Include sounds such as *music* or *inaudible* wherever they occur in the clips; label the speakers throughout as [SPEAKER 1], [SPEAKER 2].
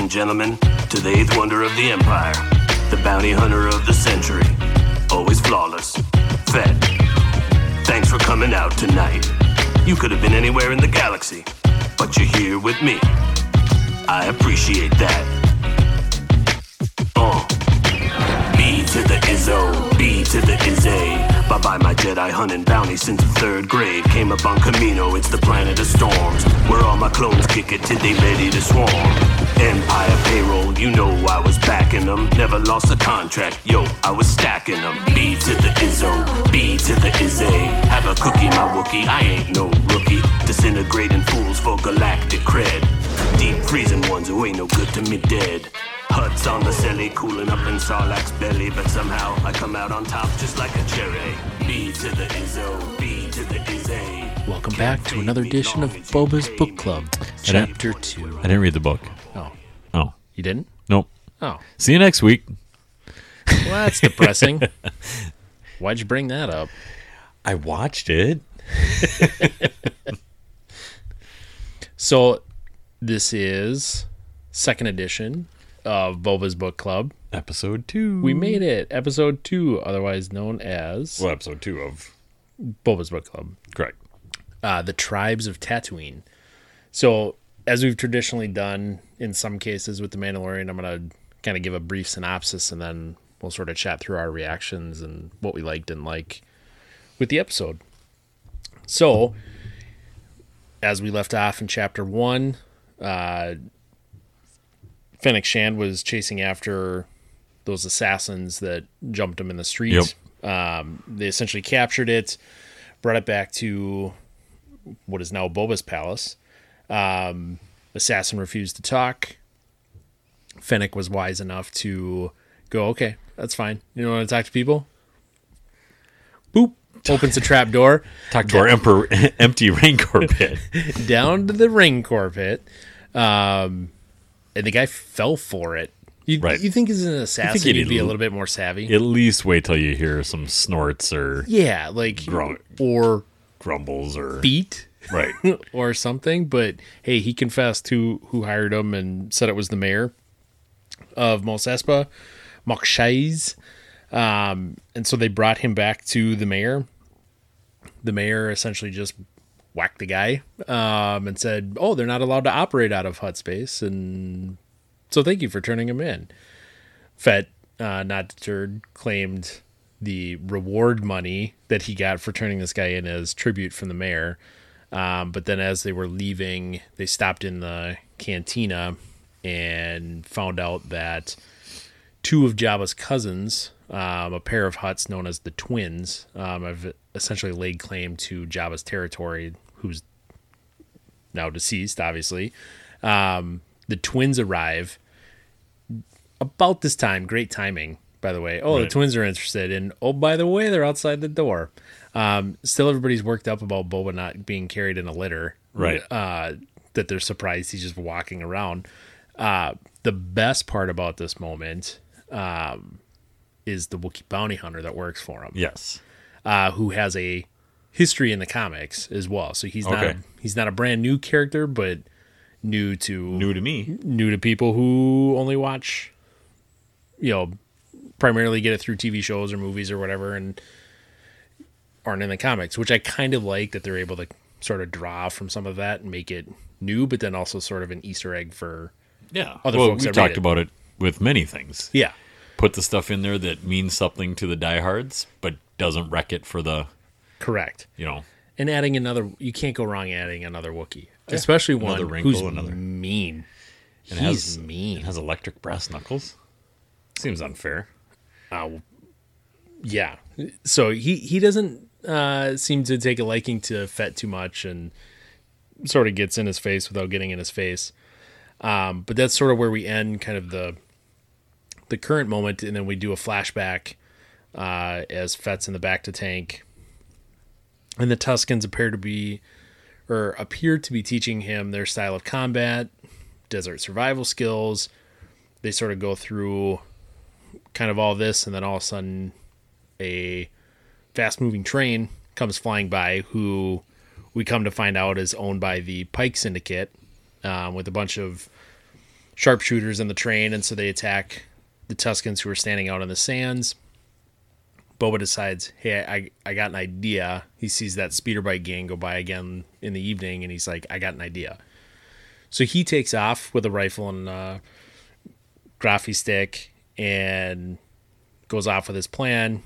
[SPEAKER 1] and gentlemen, to the eighth wonder of the empire, the bounty hunter of the century, always flawless, Fed. Thanks for coming out tonight. You could have been anywhere in the galaxy, but you're here with me. I appreciate that. Uh. B to the Izzo, B to the Izze. Bye bye, my Jedi hunting bounty since the third grade. Came up on Camino, it's the planet of storms. Where all my clones kick it till they ready to swarm. Empire payroll, you know I was backing them. Never lost a contract, yo, I was stacking them. B to the Izzo, B to the Izze. Have a cookie, my Wookie, I ain't no rookie. Disintegrating fools for galactic cred. Deep freezing ones who ain't no good to me dead. Huts on the celly, cooling up in Sarlacc's belly, but somehow I come out on top just like a cherry. B to the Izzo, B to the Izze.
[SPEAKER 2] Welcome back to another edition of Boba's Book Club,
[SPEAKER 1] Check.
[SPEAKER 2] Chapter 2.
[SPEAKER 3] I didn't read the book.
[SPEAKER 2] Oh,
[SPEAKER 3] Oh,
[SPEAKER 2] you didn't?
[SPEAKER 3] nope.
[SPEAKER 2] Oh,
[SPEAKER 3] See you next week.
[SPEAKER 2] well, that's depressing. Why'd you bring that up?
[SPEAKER 3] I watched it.
[SPEAKER 2] So, this is second edition of Boba's Book Club.
[SPEAKER 3] Episode two.
[SPEAKER 2] We made it, episode two, otherwise known as
[SPEAKER 3] well, episode two of
[SPEAKER 2] Boba's Book Club.
[SPEAKER 3] correct.
[SPEAKER 2] uh, the tribes of Tatooine. So, as we've traditionally done in some cases with The Mandalorian, I'm going to kind of give a brief synopsis and then we'll sort of chat through our reactions and what we liked and like with the episode. So, as we left off in chapter one, uh, Fennec Shand was chasing after those assassins that jumped him in the streets. Um, they essentially captured it, brought it back to what is now Boba's palace. Um, assassin refused to talk. Fennec was wise enough to go, okay, that's fine. You don't want to talk to people? Boop. Opens a trap door
[SPEAKER 3] Talk to our emperor, *laughs* empty rancor pit.
[SPEAKER 2] down to the ring corpet. Um, and the guy fell for it. You,
[SPEAKER 3] Right.
[SPEAKER 2] you think as an assassin,
[SPEAKER 3] he'd
[SPEAKER 2] he'd, be a
[SPEAKER 3] l-
[SPEAKER 2] little bit more savvy?
[SPEAKER 3] At least wait till you hear some snorts or
[SPEAKER 2] yeah, like
[SPEAKER 3] Right.
[SPEAKER 2] or
[SPEAKER 3] grumbles or
[SPEAKER 2] beat
[SPEAKER 3] right. *laughs*
[SPEAKER 2] or something. But hey, he confessed who who hired him and said it was the mayor of Mos Espa, Mokshai's. Um, and so they brought him back to the mayor. The mayor essentially just whacked the guy um, and said, "Oh, they're not allowed to operate out of hut space," and so thank you for turning him in. Fett, uh, not deterred, claimed the reward money that he got for turning this guy in as tribute from the mayor. Um, but then as they were leaving, they stopped in the cantina and found out that two of Jabba's cousins, um, a pair of huts known as the Twins, um, have essentially laid claim to Jabba's territory, who's now deceased, obviously. Um, the twins arrive about this time. Great timing, by the way. Oh, the
[SPEAKER 3] Right.
[SPEAKER 2] twins are interested, and oh, by the way, they're outside the door. Um, still, everybody's worked up about Boba not being carried in a litter,
[SPEAKER 3] Right.
[SPEAKER 2] Uh, that they're surprised he's just walking around. Uh, the best part about this moment um, is the Wookiee bounty hunter that works for him
[SPEAKER 3] Yes.
[SPEAKER 2] uh, who has a history in the comics as well. So he's not
[SPEAKER 3] Okay.
[SPEAKER 2] he's not a brand new character, but new to new.
[SPEAKER 3] New to me.
[SPEAKER 2] to people who only watch, you know, primarily get it through TV shows or movies or whatever, and aren't in the comics. Which I kind of like that they're able to sort of draw from some of that and make it new, but then also sort of an Easter egg for
[SPEAKER 3] Yeah.
[SPEAKER 2] Other
[SPEAKER 3] well,
[SPEAKER 2] folks
[SPEAKER 3] we
[SPEAKER 2] that read
[SPEAKER 3] talked
[SPEAKER 2] it.
[SPEAKER 3] about it with many things.
[SPEAKER 2] yeah,
[SPEAKER 3] Put the stuff in there that means something to the diehards, but doesn't wreck it for the
[SPEAKER 2] correct.
[SPEAKER 3] you know.
[SPEAKER 2] And adding another, you can't go wrong adding another Wookiee, especially one
[SPEAKER 3] Another wrinkle,
[SPEAKER 2] who's
[SPEAKER 3] another-
[SPEAKER 2] mean.
[SPEAKER 3] It
[SPEAKER 2] He's
[SPEAKER 3] has-
[SPEAKER 2] mean.
[SPEAKER 3] It has electric brass knuckles. Seems unfair.
[SPEAKER 2] uh, yeah. So he he doesn't uh, seem to take a liking to Fett too much, and sort of gets in his face without getting in his face. Um, but that's sort of where we end, kind of the the current moment, and then we do a flashback uh, as Fett's in the back to tank, and the Tuscans appear to be or appear to be teaching him their style of combat, desert survival skills. They sort of go through kind of all this, and then all of a sudden, a fast moving train comes flying by, who we come to find out is owned by the Pike Syndicate um, with a bunch of sharpshooters in the train, and so they attack the Tuscans who are standing out on the sands. Boba decides, hey, I, I got an idea. He sees that speeder bike gang go by again in the evening, and he's like, I got an idea. So he takes off with a rifle and uh, graffy stick and goes off with his plan.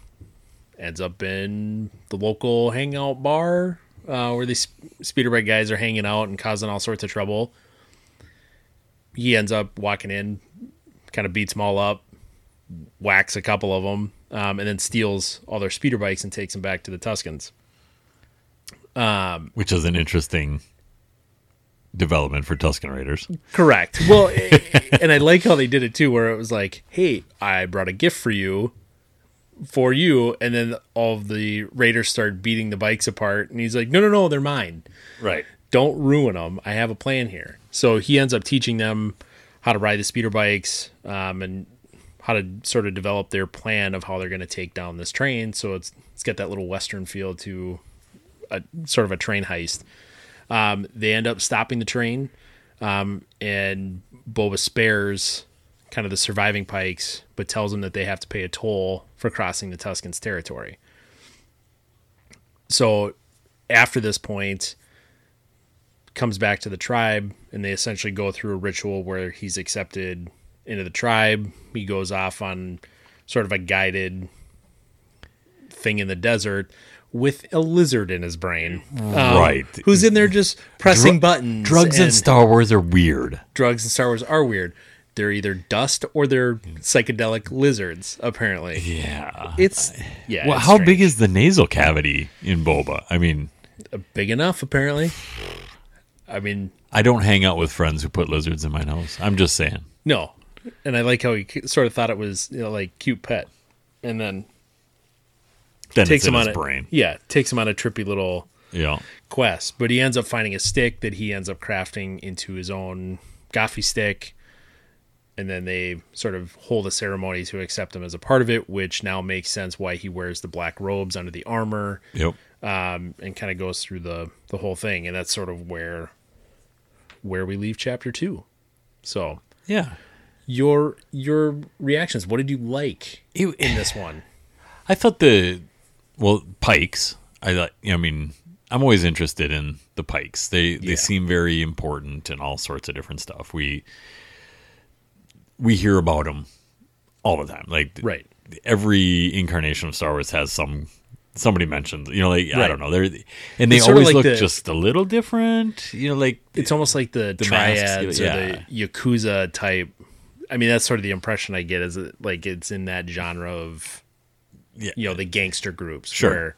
[SPEAKER 2] Ends up in the local hangout bar uh, where these speeder bike guys are hanging out and causing all sorts of trouble. He ends up walking in, kind of beats them all up, whacks a couple of them, um, and then steals all their speeder bikes and takes them back to the Tuscans.
[SPEAKER 3] which is an interesting development for Tuscan Raiders.
[SPEAKER 2] Correct. Well, and I like how they did it too, where it was like, "Hey, I brought a gift for you, for you," and then all of the raiders start beating the bikes apart, and he's like, "No, no, no, they're mine.
[SPEAKER 3] Right.
[SPEAKER 2] Don't ruin them. I have a plan here." So he ends up teaching them how to ride the speeder bikes um, and how to sort of develop their plan of how they're going to take down this train. So it's it's got that little western feel to a sort of a train heist. Um, they end up stopping the train and Boba spares kind of the surviving pikes, but tells them that they have to pay a toll for crossing the Tuscans' territory. So after this point, comes back to the tribe, and they essentially go through a ritual where he's accepted into the tribe. He goes off on sort of a guided thing in the desert with a lizard in his brain. um,
[SPEAKER 3] Right.
[SPEAKER 2] Who's in there just pressing
[SPEAKER 3] Dru-
[SPEAKER 2] buttons.
[SPEAKER 3] Drugs in Star Wars are weird.
[SPEAKER 2] drugs in Star Wars are weird. They're either dust or they're psychedelic lizards, apparently.
[SPEAKER 3] Yeah.
[SPEAKER 2] It's yeah.
[SPEAKER 3] Well,
[SPEAKER 2] it's
[SPEAKER 3] how
[SPEAKER 2] strange.
[SPEAKER 3] big is the nasal cavity in Boba? I mean,
[SPEAKER 2] Big enough, apparently. I mean,
[SPEAKER 3] I don't hang out with friends who put lizards in my nose. I'm just saying.
[SPEAKER 2] no. And I like how he c- sort of thought it was you know, like cute pet, and then
[SPEAKER 3] Then
[SPEAKER 2] takes
[SPEAKER 3] it's in
[SPEAKER 2] him on
[SPEAKER 3] his
[SPEAKER 2] a
[SPEAKER 3] brain.
[SPEAKER 2] yeah, takes him on a trippy little
[SPEAKER 3] Yeah.
[SPEAKER 2] quest. But he ends up finding a stick that he ends up crafting into his own gaffy stick. And then they sort of hold a ceremony to accept him as a part of it, which now makes sense why he wears the black robes under the armor
[SPEAKER 3] Yep.
[SPEAKER 2] um, and kind of goes through the the whole thing. And that's sort of where where we leave chapter two. So
[SPEAKER 3] Yeah.
[SPEAKER 2] your your reactions. What did you like
[SPEAKER 3] It-
[SPEAKER 2] in this one?
[SPEAKER 3] I thought the well pikes. I thought. I mean, I'm always interested in the pikes. They
[SPEAKER 2] Yeah.
[SPEAKER 3] they seem very important and all sorts of different stuff. We we hear about them all the time. Like
[SPEAKER 2] Right.
[SPEAKER 3] every incarnation of Star Wars has some somebody mentioned. You know, like I
[SPEAKER 2] Right.
[SPEAKER 3] don't know. They're and they
[SPEAKER 2] It's sorta
[SPEAKER 3] always
[SPEAKER 2] like
[SPEAKER 3] look
[SPEAKER 2] the-
[SPEAKER 3] just a little different. You know, like
[SPEAKER 2] It's almost like the,
[SPEAKER 3] masks,
[SPEAKER 2] triads
[SPEAKER 3] yeah.
[SPEAKER 2] or the yakuza type. I mean, that's sort of the impression I get. Is it like it's in that genre of
[SPEAKER 3] yeah,
[SPEAKER 2] you know the gangster groups
[SPEAKER 3] Sure.
[SPEAKER 2] where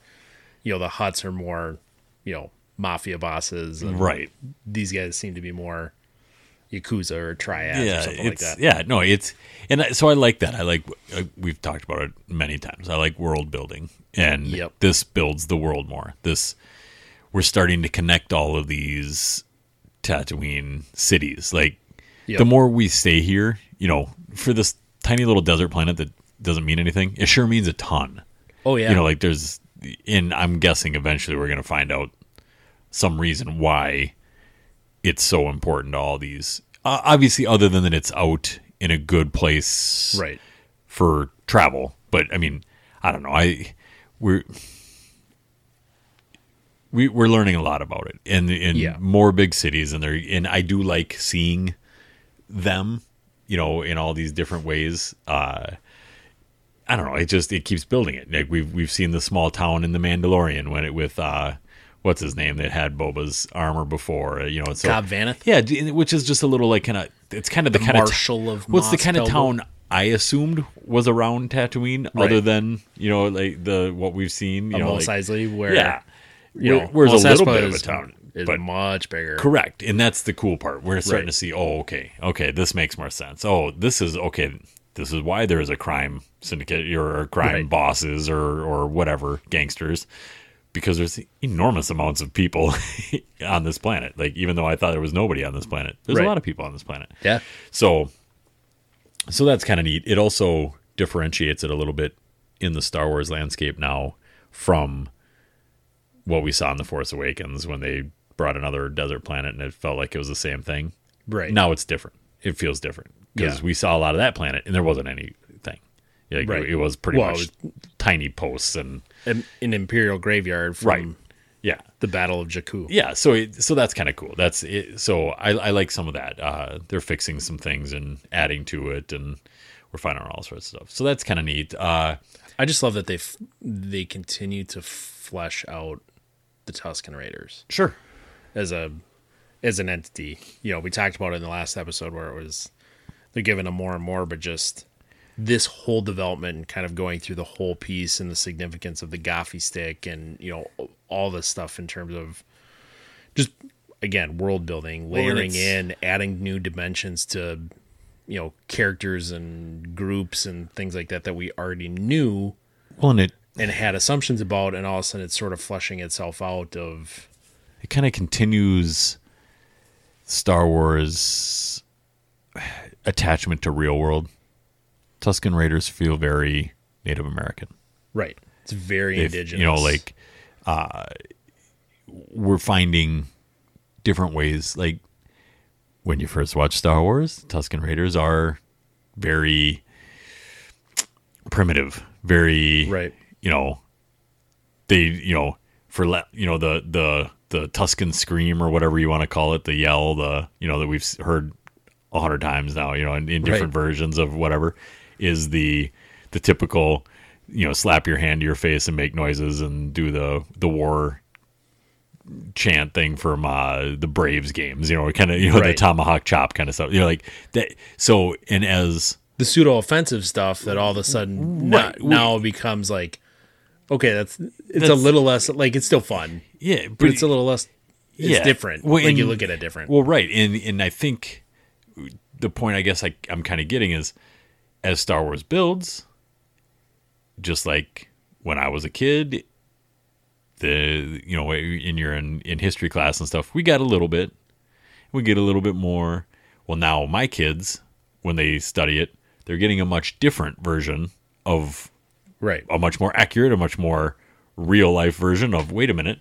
[SPEAKER 2] you know the Huts are more you know mafia bosses. And
[SPEAKER 3] right.
[SPEAKER 2] These guys seem to be more yakuza or triads or something like
[SPEAKER 3] it's,
[SPEAKER 2] that.
[SPEAKER 3] Yeah, no, it's and I, so I like that. I like uh, we've talked about it many times. I like world building, and
[SPEAKER 2] Yep.
[SPEAKER 3] this builds the world more. This we're starting to connect all of these Tatooine cities. Like
[SPEAKER 2] Yep.
[SPEAKER 3] the more we stay here, you know, for this tiny little desert planet that doesn't mean anything, it sure means a ton.
[SPEAKER 2] Oh yeah.
[SPEAKER 3] You know, like there's, and I'm guessing eventually we're going to find out some reason why it's so important to all these. Uh, obviously, other than that, it's out in a good place
[SPEAKER 2] right.
[SPEAKER 3] for travel. But I mean, I don't know. I we're we, we're learning a lot about it, and in
[SPEAKER 2] Yeah.
[SPEAKER 3] more big cities, and they're and I do like seeing them, you know, in all these different ways. Uh, I don't know. It just it keeps building it. Like we've we've seen the small town in the Mandalorian when it with uh, what's his name that had Boba's armor before. uh, You know, so
[SPEAKER 2] Cobb Vanth?
[SPEAKER 3] Yeah, d- which is just a little like kind of it's kind of the, kind
[SPEAKER 2] Marshal
[SPEAKER 3] of
[SPEAKER 2] of
[SPEAKER 3] what's the
[SPEAKER 2] Mos
[SPEAKER 3] kind of
[SPEAKER 2] Pelbo?
[SPEAKER 3] town I assumed was around Tatooine, other
[SPEAKER 2] Right.
[SPEAKER 3] than you know like the what we've seen. You
[SPEAKER 2] You
[SPEAKER 3] know, like,
[SPEAKER 2] where
[SPEAKER 3] yeah,
[SPEAKER 2] you know,
[SPEAKER 3] where's a
[SPEAKER 2] Mos
[SPEAKER 3] little
[SPEAKER 2] Espa
[SPEAKER 3] bit of a
[SPEAKER 2] is-
[SPEAKER 3] town,
[SPEAKER 2] is
[SPEAKER 3] but-
[SPEAKER 2] much bigger.
[SPEAKER 3] correct, and that's the cool part. We're starting
[SPEAKER 2] Right.
[SPEAKER 3] to see. Oh, okay, okay, this makes more sense. Oh, this is okay. This is why there is a crime syndicate or crime
[SPEAKER 2] Right.
[SPEAKER 3] bosses or or whatever gangsters, because there's enormous amounts of people *laughs* on this planet. Like even though I thought there was nobody on this planet, there's
[SPEAKER 2] Right.
[SPEAKER 3] a lot of people on this planet.
[SPEAKER 2] Yeah.
[SPEAKER 3] So so that's kind of neat. It also differentiates it a little bit in the Star Wars landscape now from what we saw in The Force Awakens when they brought another desert planet and it felt like it was the same thing.
[SPEAKER 2] Right.
[SPEAKER 3] Now it's different. it feels different because we saw a lot of that planet and there wasn't anything. Like,
[SPEAKER 2] Right.
[SPEAKER 3] It was pretty
[SPEAKER 2] Well,
[SPEAKER 3] much
[SPEAKER 2] it
[SPEAKER 3] tiny posts and
[SPEAKER 2] an, an imperial graveyard from
[SPEAKER 3] yeah,
[SPEAKER 2] the Battle of Jakku.
[SPEAKER 3] yeah. So it, so that's kind of cool. That's it. So I, I like some of that. Uh, they're fixing some things and adding to it, and we're finding all sorts of stuff. So that's kind of neat. Uh,
[SPEAKER 2] I just love that they f- they continue to flesh out the Tusken Raiders
[SPEAKER 3] sure.
[SPEAKER 2] as a as an entity. You know, we talked about it in the last episode where it was they're giving them more and more, but just this whole development and kind of going through the whole piece and the significance of the Goffy stick and you know all this stuff in terms of just again world building,
[SPEAKER 3] and
[SPEAKER 2] layering
[SPEAKER 3] it's-
[SPEAKER 2] in, adding new dimensions to you know characters and groups and things like that that we already knew
[SPEAKER 3] Well, and it
[SPEAKER 2] and had assumptions about, and all of a sudden it's sort of flushing itself out of
[SPEAKER 3] it kind of continues Star Wars attachment to real world. Tuscan Raiders feel very Native American.
[SPEAKER 2] right. It's very
[SPEAKER 3] If,
[SPEAKER 2] indigenous,
[SPEAKER 3] You know, like uh, we're finding different ways. Like when you first watch Star Wars, Tuscan Raiders are very primitive, very
[SPEAKER 2] Right.
[SPEAKER 3] You know, they you know for le- you know the the the Tuscan scream or whatever you want to call it, the yell, the you know that we've s- heard a hundred times now, you know, in, in different versions of whatever is the the typical you know slap your hand to your face and make noises and do the the war chant thing from uh, the Braves games, you know, kind of you know the
[SPEAKER 2] Right.
[SPEAKER 3] tomahawk chop kind of stuff. You know, like that. So and as
[SPEAKER 2] the pseudo offensive stuff that all of a sudden
[SPEAKER 3] Right.
[SPEAKER 2] no- now becomes like okay that's it's a
[SPEAKER 3] That's-
[SPEAKER 2] little less like it's still fun
[SPEAKER 3] yeah,
[SPEAKER 2] but it's a little less it's
[SPEAKER 3] Yeah.
[SPEAKER 2] different
[SPEAKER 3] Well,
[SPEAKER 2] like you
[SPEAKER 3] and-
[SPEAKER 2] look at it different
[SPEAKER 3] Well, right, and and I think the point I guess I, I'm kind of getting is as Star Wars builds, just like when I was a kid, the you know in your in, in history class and stuff, we got a little bit, we get a little bit more. Well, now my kids, when they study it, they're getting a much different version of
[SPEAKER 2] right
[SPEAKER 3] a much more accurate, a much more real life version of wait a minute,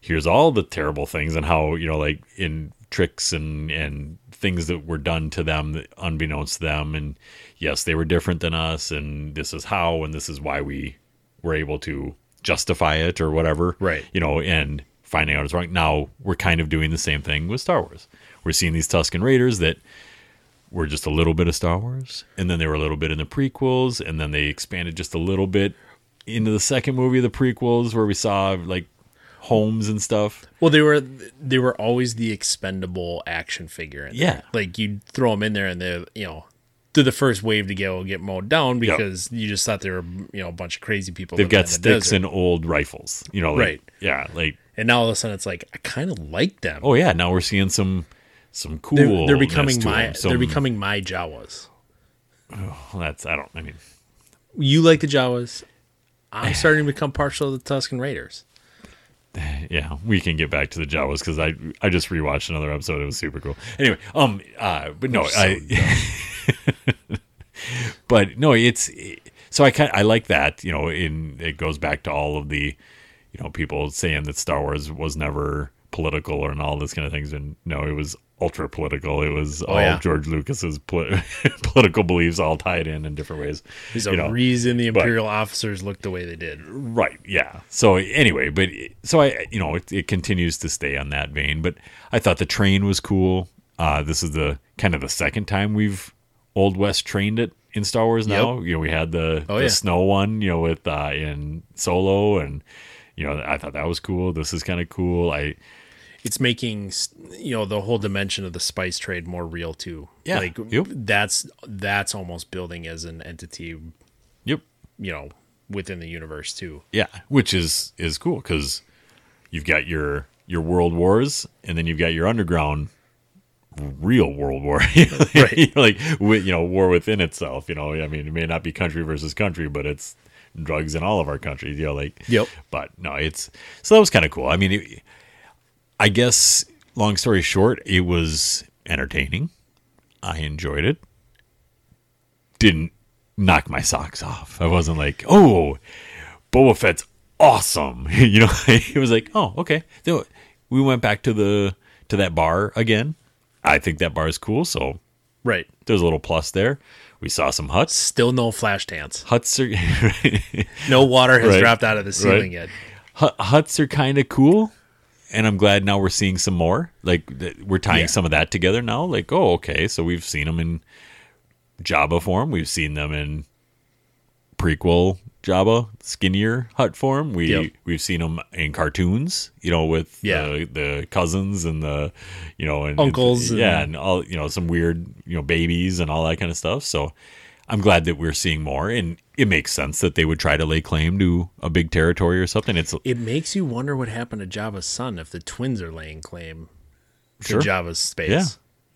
[SPEAKER 3] here's all the terrible things and how you know like in tricks and and things that were done to them that- unbeknownst to them and yes they were different than us and this is how and this is why we were able to justify it or whatever
[SPEAKER 2] Right.
[SPEAKER 3] you know and finding out it's wrong now we're kind of doing the same thing with star wars we're seeing these tuscan raiders that were just a little bit of Star Wars, and then they were a little bit in the prequels, and then they expanded just a little bit into the second movie of the prequels where we saw like homes and stuff.
[SPEAKER 2] well they were they were always the expendable action figure in there.
[SPEAKER 3] Yeah.
[SPEAKER 2] like you'd throw them in there and they you know through the first wave to go get mowed down because you just thought they were you know a bunch of crazy people
[SPEAKER 3] They've
[SPEAKER 2] living
[SPEAKER 3] got
[SPEAKER 2] in the
[SPEAKER 3] sticks
[SPEAKER 2] desert.
[SPEAKER 3] and old rifles, you know, like,
[SPEAKER 2] Right.
[SPEAKER 3] Yeah, like
[SPEAKER 2] and now all of a sudden it's like i kind of like them
[SPEAKER 3] oh yeah, now we're seeing some some cool.
[SPEAKER 2] they're, they're becoming my
[SPEAKER 3] Some,
[SPEAKER 2] they're becoming my jawas
[SPEAKER 3] well, that's I don't. I mean,
[SPEAKER 2] you like the Jawas.
[SPEAKER 3] *sighs*
[SPEAKER 2] I'm starting to become partial to the Tuscan Raiders.
[SPEAKER 3] *laughs* yeah, we can get back to the Jawas because I I just rewatched another episode. It was super cool. Anyway, um, uh, but no, I, *laughs* but no, it's so I kind I like that. You know, in it goes back to all of the, you know, people saying that Star Wars was never political and all this kind of things, and no, it was ultra political. It was all
[SPEAKER 2] yeah.
[SPEAKER 3] George Lucas's poli- *laughs* political beliefs all tied in in different ways.
[SPEAKER 2] There's a
[SPEAKER 3] you know.
[SPEAKER 2] reason the Imperial officers looked the way they did.
[SPEAKER 3] Right. Yeah. So anyway, but so I, you know, it, it continues to stay on that vein. But I thought the train was cool. Uh, this is the kind of the second time we've Old West trained it in Star Wars. Now you know we had the,
[SPEAKER 2] Oh,
[SPEAKER 3] the
[SPEAKER 2] yeah.
[SPEAKER 3] snow one, you know, with uh, in Solo, and you know I thought that was cool. This is kind of cool. I
[SPEAKER 2] It's making s- you know the whole dimension of the spice trade more real too.
[SPEAKER 3] Yeah.
[SPEAKER 2] like
[SPEAKER 3] Yep.
[SPEAKER 2] that's that's almost building as an entity,
[SPEAKER 3] yep
[SPEAKER 2] you know, within the universe too.
[SPEAKER 3] yeah, which is is cool because you've got your your world wars and then you've got your underground real world war *laughs*
[SPEAKER 2] Right.
[SPEAKER 3] like with you know war within itself you know i mean it may not be country versus country but it's drugs in all of our countries you know like
[SPEAKER 2] Yep.
[SPEAKER 3] but no it's so that was kind of cool i mean it, i guess long story short it was entertaining i enjoyed it didn't knock my socks off i wasn't like oh Boba Fett's awesome. *laughs* you know, it was like, oh, okay. So we went back to the to that bar again. I think that bar is cool, so
[SPEAKER 2] Right.
[SPEAKER 3] There's a little plus there. We saw some huts.
[SPEAKER 2] Still no flash dance.
[SPEAKER 3] Huts are *laughs*
[SPEAKER 2] No water has
[SPEAKER 3] Right.
[SPEAKER 2] dropped out of the ceiling
[SPEAKER 3] Right.
[SPEAKER 2] yet.
[SPEAKER 3] Hu- huts are kind of cool and i'm glad now we're seeing some more like th- we're tying
[SPEAKER 2] Yeah.
[SPEAKER 3] some of that together now like oh okay so we've seen them in java form we've seen them in prequel java skinnier hut form we
[SPEAKER 2] Yep.
[SPEAKER 3] we've seen them in cartoons you know with
[SPEAKER 2] Yeah.
[SPEAKER 3] the, the cousins and the you know and
[SPEAKER 2] Uncles and-
[SPEAKER 3] yeah and all you know some weird you know babies and all that kind of stuff so i'm glad that we're seeing more and it makes sense that they would try to lay claim to a big territory or something it's
[SPEAKER 2] It makes you wonder what happened to Java's son if the twins are laying claim to
[SPEAKER 3] Sure.
[SPEAKER 2] Java's space.
[SPEAKER 3] Yeah.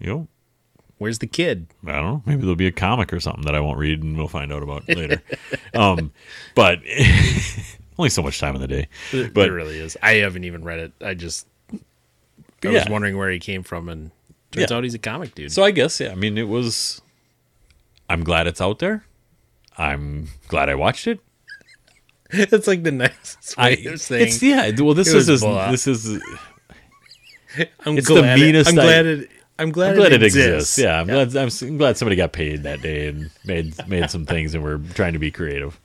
[SPEAKER 3] You know,
[SPEAKER 2] Where's the kid?
[SPEAKER 3] I don't know. Maybe there'll be a comic or something that I won't read and we'll find out
[SPEAKER 2] *laughs*
[SPEAKER 3] about later. um, but *laughs* only so much time in the day.
[SPEAKER 2] It
[SPEAKER 3] But-
[SPEAKER 2] really is. I haven't even read it. I just I was
[SPEAKER 3] Yeah.
[SPEAKER 2] wondering where he came from, and turns
[SPEAKER 3] Yeah.
[SPEAKER 2] out he's a comic dude. *laughs*
[SPEAKER 3] So I guess, yeah, I mean, it was. I'm glad it's out there. I'm glad I watched it.
[SPEAKER 2] That's like the nicest
[SPEAKER 3] I,
[SPEAKER 2] way of saying.
[SPEAKER 3] it's yeah. Well, this
[SPEAKER 2] it was
[SPEAKER 3] is this,
[SPEAKER 2] blah.
[SPEAKER 3] this is.
[SPEAKER 2] I'm
[SPEAKER 3] it's the
[SPEAKER 2] glad it-
[SPEAKER 3] meanest
[SPEAKER 2] I'm
[SPEAKER 3] I-
[SPEAKER 2] glad it. I'm glad,
[SPEAKER 3] I'm glad
[SPEAKER 2] it, exists.
[SPEAKER 3] Yeah, I'm glad. I'm, s- I'm glad somebody got paid that day and made made some things, and we're trying to be creative.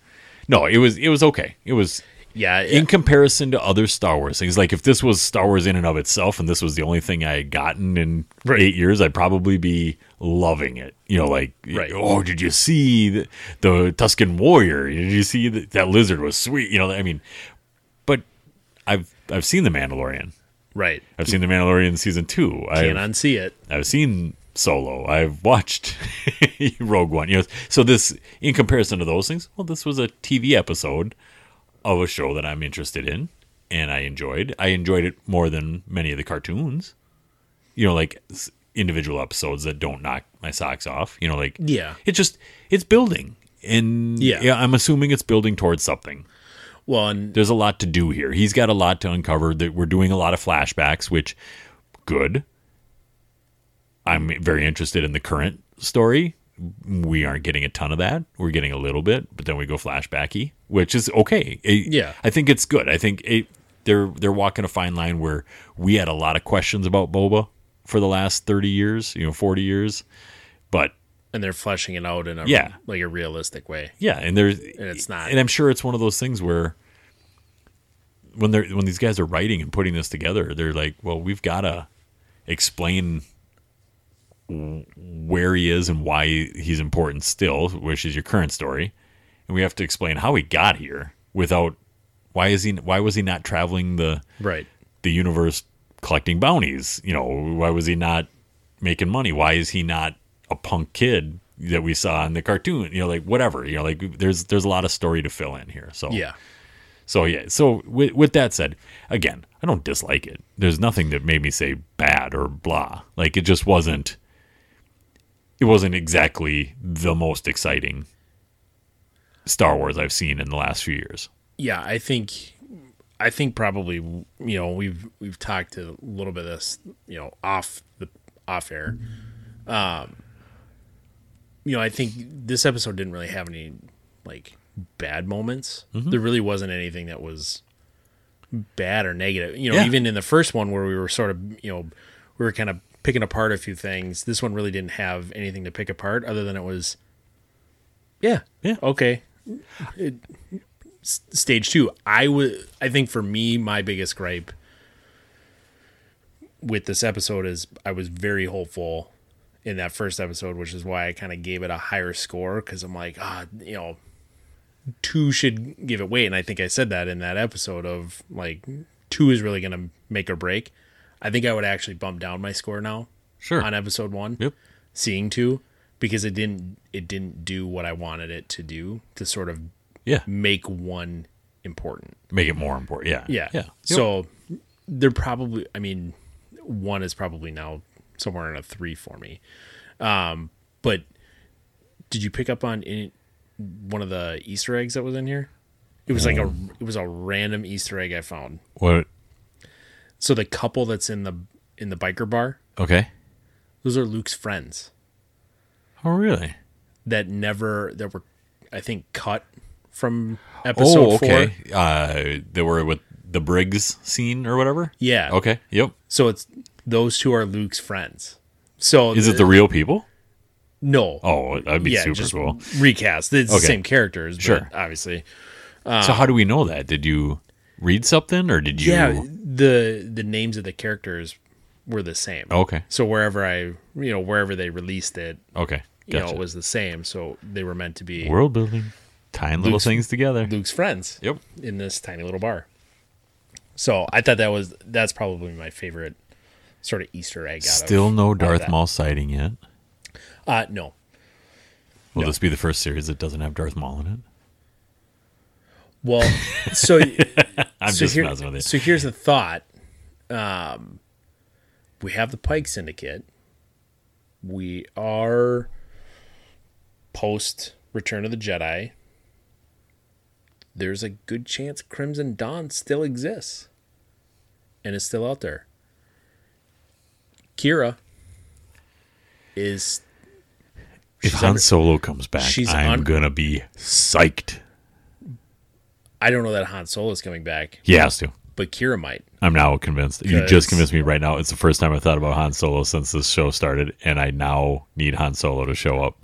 [SPEAKER 3] No, it was it was okay. It was
[SPEAKER 2] yeah.
[SPEAKER 3] in comparison to other Star Wars things. Like if this was Star Wars in and of itself, and this was the only thing I had gotten in
[SPEAKER 2] Right.
[SPEAKER 3] eight years, I'd probably be loving it. You know, like
[SPEAKER 2] Right.
[SPEAKER 3] oh, did you see the, the Tuscan warrior? Did you see that that lizard was sweet? You know, I mean, but I've I've seen the Mandalorian.
[SPEAKER 2] right.
[SPEAKER 3] I've seen the Mandalorian season two. I've-
[SPEAKER 2] Can't unsee it.
[SPEAKER 3] I've seen Solo. I've watched *laughs* Rogue One. You know, so this, in comparison to those things, well, this was a TV episode of a show that I'm interested in and I enjoyed. I enjoyed it more than many of the cartoons. You know, like s- individual episodes that don't knock my socks off. You know, like
[SPEAKER 2] Yeah.
[SPEAKER 3] it's just it's building, and
[SPEAKER 2] Yeah.
[SPEAKER 3] I'm assuming it's building towards something
[SPEAKER 2] Well, and
[SPEAKER 3] there's a lot to do here. He's got a lot to uncover. That we're doing a lot of flashbacks, which good. I'm very interested in the current story. We aren't getting a ton of that. We're getting a little bit, but then we go flashbacky, which is okay. It-
[SPEAKER 2] Yeah.
[SPEAKER 3] I think it's good. I think it, they're they're walking a fine line where we had a lot of questions about Boba for the last thirty years, you know, forty years, but
[SPEAKER 2] and they're fleshing it out in a
[SPEAKER 3] Yeah.
[SPEAKER 2] like a realistic way.
[SPEAKER 3] yeah, and there's
[SPEAKER 2] And it's not-
[SPEAKER 3] And I'm sure it's one of those things where when they're when these guys are writing and putting this together, they're like, well, we've got to explain where he is and why he's important still, which is your current story, and we have to explain how he got here without why is he why was he not traveling the
[SPEAKER 2] Right.
[SPEAKER 3] the universe collecting bounties. You know, why was he not making money? Why is he not a punk kid that we saw in the cartoon? You know, like whatever. You know, like there's there's a lot of story to fill in here. So
[SPEAKER 2] Yeah.
[SPEAKER 3] So yeah. So with with that said, again, I don't dislike it. There's nothing that made me say bad or blah. Like it just wasn't. It wasn't exactly the most exciting Star Wars I've seen in the last few years.
[SPEAKER 2] yeah i think i think probably you know we've we've talked a little bit of this you know off the off air um you know i think this episode didn't really have any like bad moments there really wasn't anything that was bad or negative you know
[SPEAKER 3] Yeah.
[SPEAKER 2] even in the first one where we were sort of you know we were kind of picking apart a few things this one really didn't have anything to pick apart other than it was yeah
[SPEAKER 3] Yeah.
[SPEAKER 2] okay stage two. I would, I think for me, my biggest gripe with this episode is I was very hopeful in that first episode, which is why I kind of gave it a higher score because I'm like, ah, you know, two should give it weight, and I think I said that in that episode of like two is really gonna make or break. I think I would actually bump down my score now
[SPEAKER 3] Sure.
[SPEAKER 2] on episode one
[SPEAKER 3] Yep.
[SPEAKER 2] seeing two because it didn't it didn't do what I wanted it to do to sort of
[SPEAKER 3] Yeah.
[SPEAKER 2] make one important.
[SPEAKER 3] Make it more important. Yeah.
[SPEAKER 2] Yeah.
[SPEAKER 3] Yeah.
[SPEAKER 2] So they're probably I mean, one is probably now somewhere in a three for me. Um but did you pick up on any, one of the Easter eggs that was in here? It was like a it was a random Easter egg I found.
[SPEAKER 3] What?
[SPEAKER 2] So the couple that's in the in the biker bar,
[SPEAKER 3] Okay.
[SPEAKER 2] those are Luke's friends.
[SPEAKER 3] Oh, really?
[SPEAKER 2] that never that were I think cut from
[SPEAKER 3] Oh,
[SPEAKER 2] episode four.
[SPEAKER 3] Uh, they were with the Briggs scene or whatever.
[SPEAKER 2] Yeah.
[SPEAKER 3] Okay. Yep.
[SPEAKER 2] So it's those two are Luke's friends. So
[SPEAKER 3] Is it the real people?
[SPEAKER 2] No.
[SPEAKER 3] Oh, that'd be
[SPEAKER 2] Uh, yeah,
[SPEAKER 3] super
[SPEAKER 2] just
[SPEAKER 3] cool.
[SPEAKER 2] recast. It's the
[SPEAKER 3] Okay.
[SPEAKER 2] same characters, but
[SPEAKER 3] Sure.
[SPEAKER 2] obviously. uh,
[SPEAKER 3] so how do we know that? Did you read something or did you?
[SPEAKER 2] Yeah, the the names of the characters were the same.
[SPEAKER 3] Okay.
[SPEAKER 2] So wherever I, you know, wherever they released it,
[SPEAKER 3] Okay.
[SPEAKER 2] you know,
[SPEAKER 3] Gotcha.
[SPEAKER 2] it was the same. So they were meant to be
[SPEAKER 3] World building, tying little
[SPEAKER 2] Luke's-
[SPEAKER 3] things together.
[SPEAKER 2] Luke's friends.
[SPEAKER 3] Yep.
[SPEAKER 2] in this tiny little bar. So I thought that was that's probably my favorite sort of Easter egg. Out
[SPEAKER 3] Still
[SPEAKER 2] of,
[SPEAKER 3] no
[SPEAKER 2] of
[SPEAKER 3] Darth
[SPEAKER 2] that.
[SPEAKER 3] Maul sighting yet.
[SPEAKER 2] Uh, no.
[SPEAKER 3] Will this be the first series that doesn't have Darth Maul in it?
[SPEAKER 2] Well,
[SPEAKER 3] *laughs*
[SPEAKER 2] so
[SPEAKER 3] I'm
[SPEAKER 2] so
[SPEAKER 3] just
[SPEAKER 2] here-
[SPEAKER 3] messing with it.
[SPEAKER 2] So here's the thought: um, we have the Pike Syndicate. We are post Return of the Jedi. There's a good chance Crimson Dawn still exists and is still out there. Kira is
[SPEAKER 3] If
[SPEAKER 2] she's
[SPEAKER 3] Han
[SPEAKER 2] under-
[SPEAKER 3] Solo comes back,
[SPEAKER 2] she's
[SPEAKER 3] I'm
[SPEAKER 2] un-
[SPEAKER 3] gonna be psyched.
[SPEAKER 2] I don't know that Han Solo is coming back,
[SPEAKER 3] He has to.
[SPEAKER 2] but Kira might.
[SPEAKER 3] I'm now convinced. You just
[SPEAKER 2] 'Cause-
[SPEAKER 3] convinced me right now. It's the first time I thought about Han Solo since this show started, and I now need Han Solo to show up.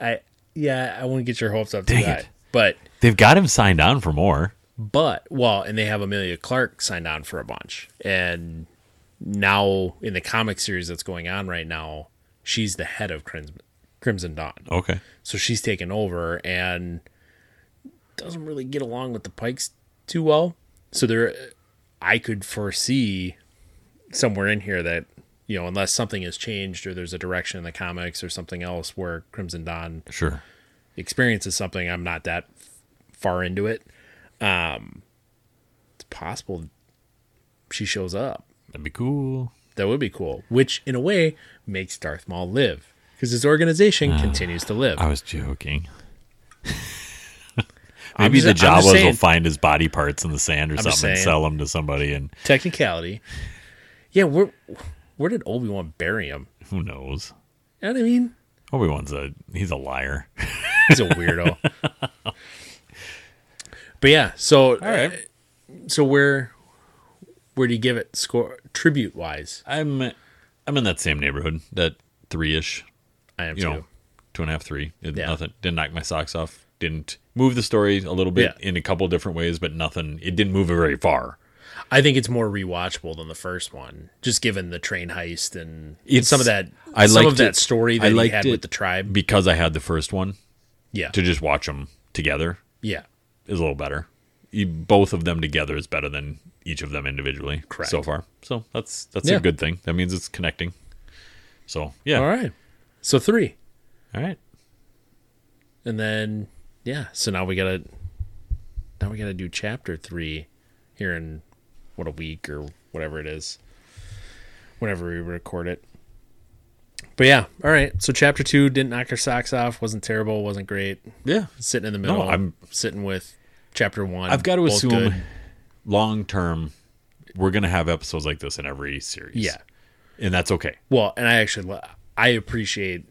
[SPEAKER 2] I yeah, I wouldn't get your hopes up to
[SPEAKER 3] Dang
[SPEAKER 2] that.
[SPEAKER 3] it.
[SPEAKER 2] But
[SPEAKER 3] They've got him signed on for more.
[SPEAKER 2] But well, and they have Amelia Clark signed on for a bunch, and now in the comic series that's going on right now, she's the head of Crimson, Crimson Dawn,
[SPEAKER 3] Okay.
[SPEAKER 2] so she's taken over and doesn't really get along with the Pikes too well. So there, I could foresee somewhere in here that you know, unless something has changed or there's a direction in the comics or something else where Crimson Dawn
[SPEAKER 3] Sure.
[SPEAKER 2] experiences something i'm not that f- far into it um it's possible she shows up
[SPEAKER 3] That'd be cool.
[SPEAKER 2] that would be cool which in a way makes darth maul live because his
[SPEAKER 3] Hmm.
[SPEAKER 2] organization continues to live
[SPEAKER 3] I was joking.
[SPEAKER 2] I'm
[SPEAKER 3] Maybe
[SPEAKER 2] just- *laughs*
[SPEAKER 3] the
[SPEAKER 2] I'm just
[SPEAKER 3] Jawas will
[SPEAKER 2] saying.
[SPEAKER 3] find his body parts in the sand or
[SPEAKER 2] just
[SPEAKER 3] something and
[SPEAKER 2] saying.
[SPEAKER 3] sell them to somebody, and
[SPEAKER 2] technicality yeah where where did obi-wan bury him
[SPEAKER 3] who knows?
[SPEAKER 2] you know what i mean
[SPEAKER 3] Obi Wan's a he's a liar.
[SPEAKER 2] he's a
[SPEAKER 3] *laughs*
[SPEAKER 2] weirdo but yeah so all
[SPEAKER 3] right.
[SPEAKER 2] so where where do you give it score tribute wise
[SPEAKER 3] I'm I'm in that same neighborhood, that three ish,
[SPEAKER 2] i am
[SPEAKER 3] you
[SPEAKER 2] too
[SPEAKER 3] know, two and a half, three. It-
[SPEAKER 2] Yeah.
[SPEAKER 3] Nothing didn't knock my socks off. Didn't move the story a little bit
[SPEAKER 2] Yeah.
[SPEAKER 3] in a couple different ways, but nothing. It didn't move it very far.
[SPEAKER 2] I think it's more rewatchable than the first one, just given the train heist and
[SPEAKER 3] It's-
[SPEAKER 2] some of that.
[SPEAKER 3] I
[SPEAKER 2] some of
[SPEAKER 3] liked
[SPEAKER 2] that
[SPEAKER 3] it.
[SPEAKER 2] story
[SPEAKER 3] I
[SPEAKER 2] that he
[SPEAKER 3] liked
[SPEAKER 2] had
[SPEAKER 3] it.
[SPEAKER 2] with the tribe.
[SPEAKER 3] Because I had the first one
[SPEAKER 2] Yeah,
[SPEAKER 3] to just watch them together
[SPEAKER 2] yeah,
[SPEAKER 3] is a little better. You, both of them together is better than each of them individually.
[SPEAKER 2] Correct.
[SPEAKER 3] So far, so that's that's
[SPEAKER 2] Yeah.
[SPEAKER 3] a good thing. That means it's connecting. So yeah,
[SPEAKER 2] All right, so three,
[SPEAKER 3] all right.
[SPEAKER 2] and then yeah, so now we gotta now we gotta do chapter three here in what a week or whatever it is, whenever we record it. But yeah, all right. So chapter two didn't knock our socks off. wasn't terrible. wasn't great.
[SPEAKER 3] Yeah,
[SPEAKER 2] Sitting in the middle.
[SPEAKER 3] I'm-
[SPEAKER 2] sitting with chapter one.
[SPEAKER 3] I've got to
[SPEAKER 2] both
[SPEAKER 3] assume
[SPEAKER 2] good.
[SPEAKER 3] long term, we're gonna have episodes like this in every series.
[SPEAKER 2] Yeah.
[SPEAKER 3] and that's okay.
[SPEAKER 2] Well, and I actually li- I appreciate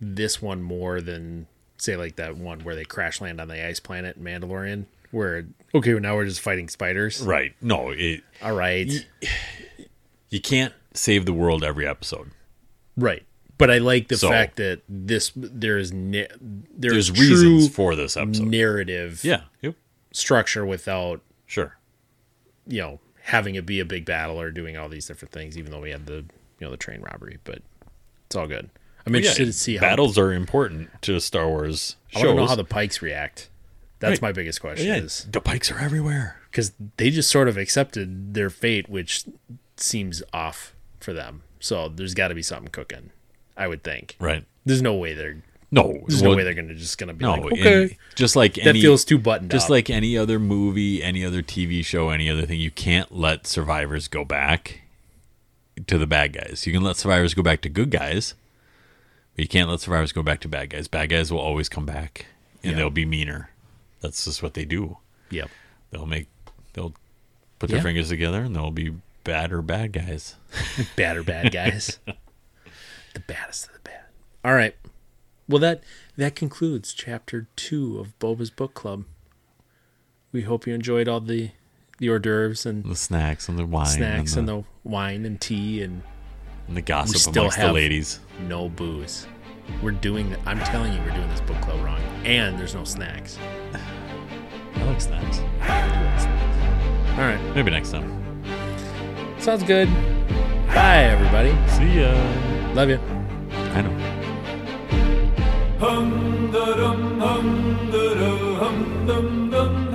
[SPEAKER 2] this one more than say like that one where they crash land on the ice planet in Mandalorian, where okay, well, now we're just fighting spiders.
[SPEAKER 3] Right? No, it,
[SPEAKER 2] All right,
[SPEAKER 3] you can't save the world every episode.
[SPEAKER 2] right. But I like the
[SPEAKER 3] So-
[SPEAKER 2] fact that this there is na- there
[SPEAKER 3] There's
[SPEAKER 2] is true
[SPEAKER 3] reasons for this episode.
[SPEAKER 2] narrative
[SPEAKER 3] yeah. Yep.
[SPEAKER 2] structure without
[SPEAKER 3] Sure.
[SPEAKER 2] you know having it be a big battle or doing all these different things. Even though we had the you know the train robbery, but it's all good. I'm
[SPEAKER 3] Yeah,
[SPEAKER 2] interested to see how
[SPEAKER 3] battles are important to Star Wars
[SPEAKER 2] I
[SPEAKER 3] shows.
[SPEAKER 2] want to know how the Pikes react. That's
[SPEAKER 3] Right.
[SPEAKER 2] my biggest question.
[SPEAKER 3] yeah,
[SPEAKER 2] Is
[SPEAKER 3] the pikes are everywhere.
[SPEAKER 2] because they just sort of accepted their fate, which seems off for them. So there's got to be something cooking, I would think.
[SPEAKER 3] Right.
[SPEAKER 2] There's no way they're
[SPEAKER 3] No,
[SPEAKER 2] there's
[SPEAKER 3] well,
[SPEAKER 2] no way they're gonna just gonna be
[SPEAKER 3] no,
[SPEAKER 2] like okay.
[SPEAKER 3] and just like
[SPEAKER 2] that
[SPEAKER 3] any,
[SPEAKER 2] feels too buttoned
[SPEAKER 3] just
[SPEAKER 2] up.
[SPEAKER 3] like any other movie, any other TV show, any other thing, you can't let survivors go back to the bad guys. You can let survivors go back to good guys, but you can't let survivors go back to bad guys. Bad guys will always come back and
[SPEAKER 2] Yeah.
[SPEAKER 3] they'll be meaner. That's just what they do.
[SPEAKER 2] yep.
[SPEAKER 3] They'll make they'll put their
[SPEAKER 2] Yeah.
[SPEAKER 3] fingers together and they'll be bad or bad guys.
[SPEAKER 2] bad or
[SPEAKER 3] *laughs*
[SPEAKER 2] bad guys. the baddest of the bad. All right. Well, that that concludes chapter two of Boba's book club. We hope you enjoyed all the the hors d'oeuvres and
[SPEAKER 3] The snacks and the wine.
[SPEAKER 2] snacks and the wine and tea and
[SPEAKER 3] and the gossip
[SPEAKER 2] still
[SPEAKER 3] amongst the
[SPEAKER 2] have-
[SPEAKER 3] ladies.
[SPEAKER 2] No booze. We're doing. th- I'm telling you, we're doing this book club wrong. And there's no snacks.
[SPEAKER 3] I like snacks.
[SPEAKER 2] All right.
[SPEAKER 3] Maybe next time.
[SPEAKER 2] Sounds good. Bye, everybody.
[SPEAKER 3] See ya.
[SPEAKER 2] Love you.
[SPEAKER 3] I know.
[SPEAKER 4] Hum da dum hum da dum hum dum dum